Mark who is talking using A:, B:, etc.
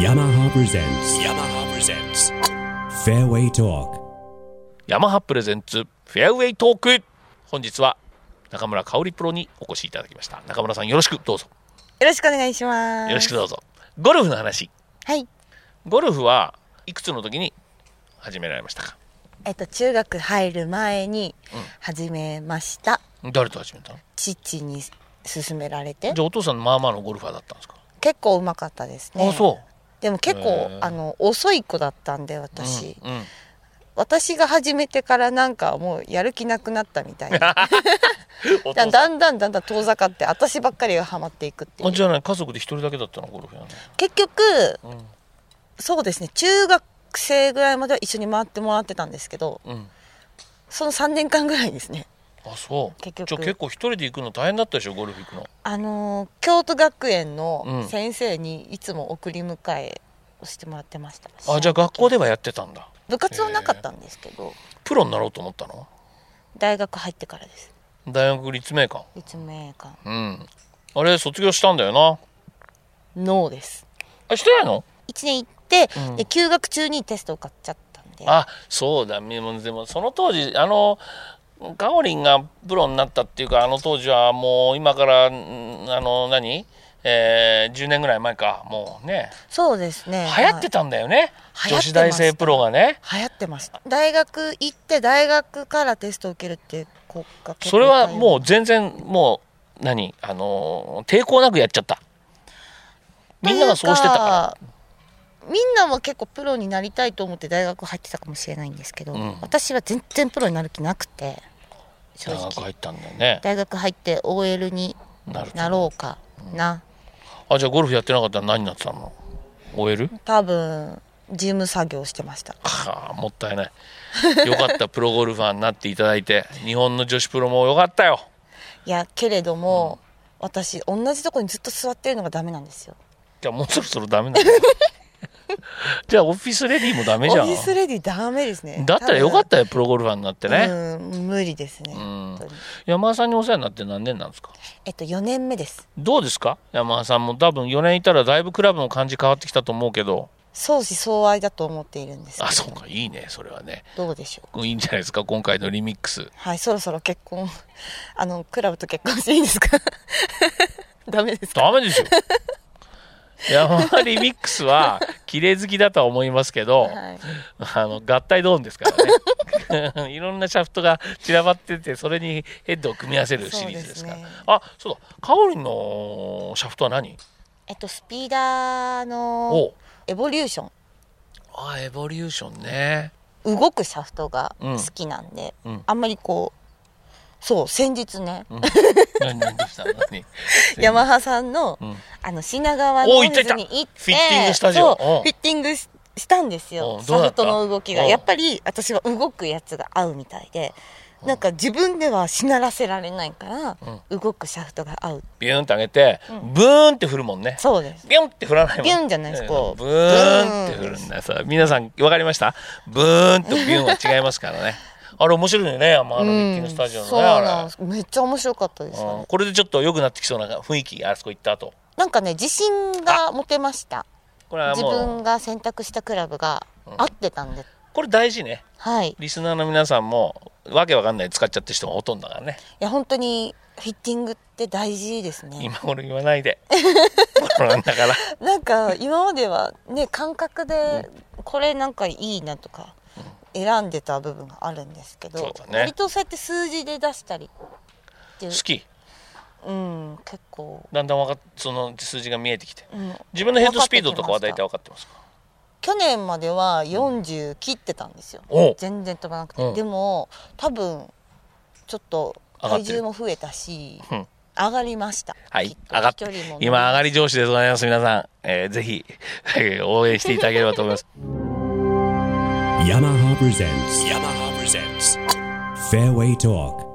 A: yamaha presents yamaha presents fairway talk
B: ヤマハプレゼンツフェアウェイトーク本日は中村香織プロにお越しいただきました中村さんよろしくどうぞ
C: よろしくお願いします。
B: よろしくどうぞゴルフの話
C: はい。
B: ゴルフはいくつの時に始められましたか
C: えっと、中学入る前に始めました。
B: 誰と始めたの
C: 父に勧められて
B: じ。ゃあお父さんまあまあのゴルファーだったんですか、
C: 結構うまかったですね。。
B: あそう
C: でも結
B: へ
C: 構
B: ー、
C: あの、遅い子だったんで、私。
B: うんうん
C: 私が始めてからなんかもうやる気なくなったみたい な。
B: お父
C: だ
B: さ
C: ん
B: ん
C: だんだんだんだん遠ざかって、私ばっかりがハマっていくってい
B: あじ
C: う。
B: ゃあね家族で一人だけだったのゴルフやね
C: 結局、
B: ん
C: そうですね、中学生ぐらいまでは一緒に回ってもらってたんですけど、
B: うん
C: その3年間ぐらいですね。
B: あそう
C: 結局
B: じゃあ結構一人で行くの大変だったでしょゴルフ行くの
C: あのー京都学園
B: う
C: の
B: ん
C: 先生にいつも送り迎えをしてもらってました、
B: あじゃあ学校ではやってたんだ
C: 部活はなかったんですけど
B: プロになろうと思ったの
C: 大学入ってからです
B: 大学立命館
C: 立命館
B: うんあれ卒業したんだよな
C: ノーです
B: あしてないの
C: 1年行って、
B: うん
C: で休学中にテスト受かっちゃったんで
B: あそうだでもでもその当時あのガオリンがプロになったっていうかあの当時はもう今からんあの何えー10年ぐらい前かもうね
C: そうですね
B: 流行ってたんだよね、
C: はい
B: 女子大生プロがね
C: はい流行ってました大学行って大学からテスト受けるって国家
B: それはもう全然もう何あのー抵抗なくやっちゃったみんながそうしてたから
C: みんなは結構プロになりたいと思って大学入ってたかもしれないんですけど、
B: うん
C: 私は全然プロになる気なくて正
B: ら大学
C: 直
B: 入ったんだよね
C: 大学入って OL に
B: なる
C: なろうかな
B: あじゃあゴルフやってなかったら何になってたの OL?
C: 多分事務作業してました
B: はあもったいないよかったプロゴルファーになっていただいて日本の女子プロもよかったよ
C: いやけれども、私同じとこにずっと座ってるのがダメなんですよ
B: じゃあもうそろそろダメ だじゃあオフィスレディーもダ
C: オ
B: メ
C: フ
B: じゃん
C: ィスレディダメですね
B: だったらよかったよプロゴルファーになって
C: た
B: ね、
C: うん無理ですね、本当に
B: 山田さんにお世話になって何年なんですか
C: えっと4年目です
B: どうですか山田さんも多分4年いたらだいぶクラブの感じ変わってきたと思うけど
C: 相思相愛だと思っているんですけど
B: あそうかいいねそれはね
C: どうでしょう
B: いいんじゃないですか今回のリミックス
C: はい、そろそろ結婚、 あの、クラブと結婚していいですか ダメですか
B: ダメ ですよ山田リミックスは綺麗好きだとは思いますけど、
C: はい、
B: あの合体ドーンですからね いろんなシャフトが散らばっててそれにヘッドを組み合わせるシリーズですから
C: そうですね
B: あそうだカオリンのシャフトは何
C: えっと、スピーダーの
B: お
C: エボリューション、
B: あエボリューションね
C: 動くシャフトが
B: うん
C: 好きなんで、
B: うん
C: あんまりこう、そう、先日ね、
B: 何何どうしたの何
C: ヤマハさんの、
B: ん
C: あの、品川
B: お
C: の
B: 行ってた
C: に行って、
B: フィッティングしたじゃん
C: そう、
B: うん
C: フィッティングししたんです
B: う
C: よ、
B: ん
C: シ
B: どうだ
C: ャ
B: っ
C: フ
B: た
C: トの動きが。
B: うん
C: やっぱり、私は動くやつが合うみたいで、なんか自分ではしならせられないから、動くシャフトが合う。
B: ビューンって上げて、ブーンって振るもんね
C: そうです。
B: ビュンって振らないもん
C: ビュンじゃないですこう
B: ブーンって振るんだよさ皆さん分かりましたブーンとビュンは違いますからねあれ面白いよねあのあのミッキーのスタジオのね、
C: そう
B: あれ
C: なんですめっちゃ面白かったですよ、
B: うんこれでちょっと良くなってきそうな雰囲気あそこ行った後
C: なんかね自信が持てました
B: これは
C: 自
B: もう
C: 分が選択したクラブが合ってたんで、
B: これ大事ね
C: はいい
B: リスナーの皆さんもわけわかんない使っちゃってる人がほとんどだからね
C: や本当にフィッティングって大事ですね
B: 今頃言わないでコロナだから
C: なんか今まではね感覚でこれなんかいいなとか選んでた部分があるんですけど、
B: そうだね
C: 割とそうやって数字で出したりってい
B: 好
C: う、
B: き
C: うん、結構、
B: だんだんわかっその数字が見えてきて
C: うん、
B: 自分のヘッドスピードとかは大体分かってますか
C: 去年までは40切ってたんですよ、
B: おう
C: 全然飛ばなくて、
B: うん
C: でも多分ちょっと
B: 上がってる
C: 体重も増えたし
B: うん
C: 上がりました
B: はい
C: きっと
B: 上がって
C: 飛距離も伸び
B: 今上がり上司でございます皆さん、えーぜひ、 えー応援していただければと思います
A: yamaha presents yamaha presents fairway talk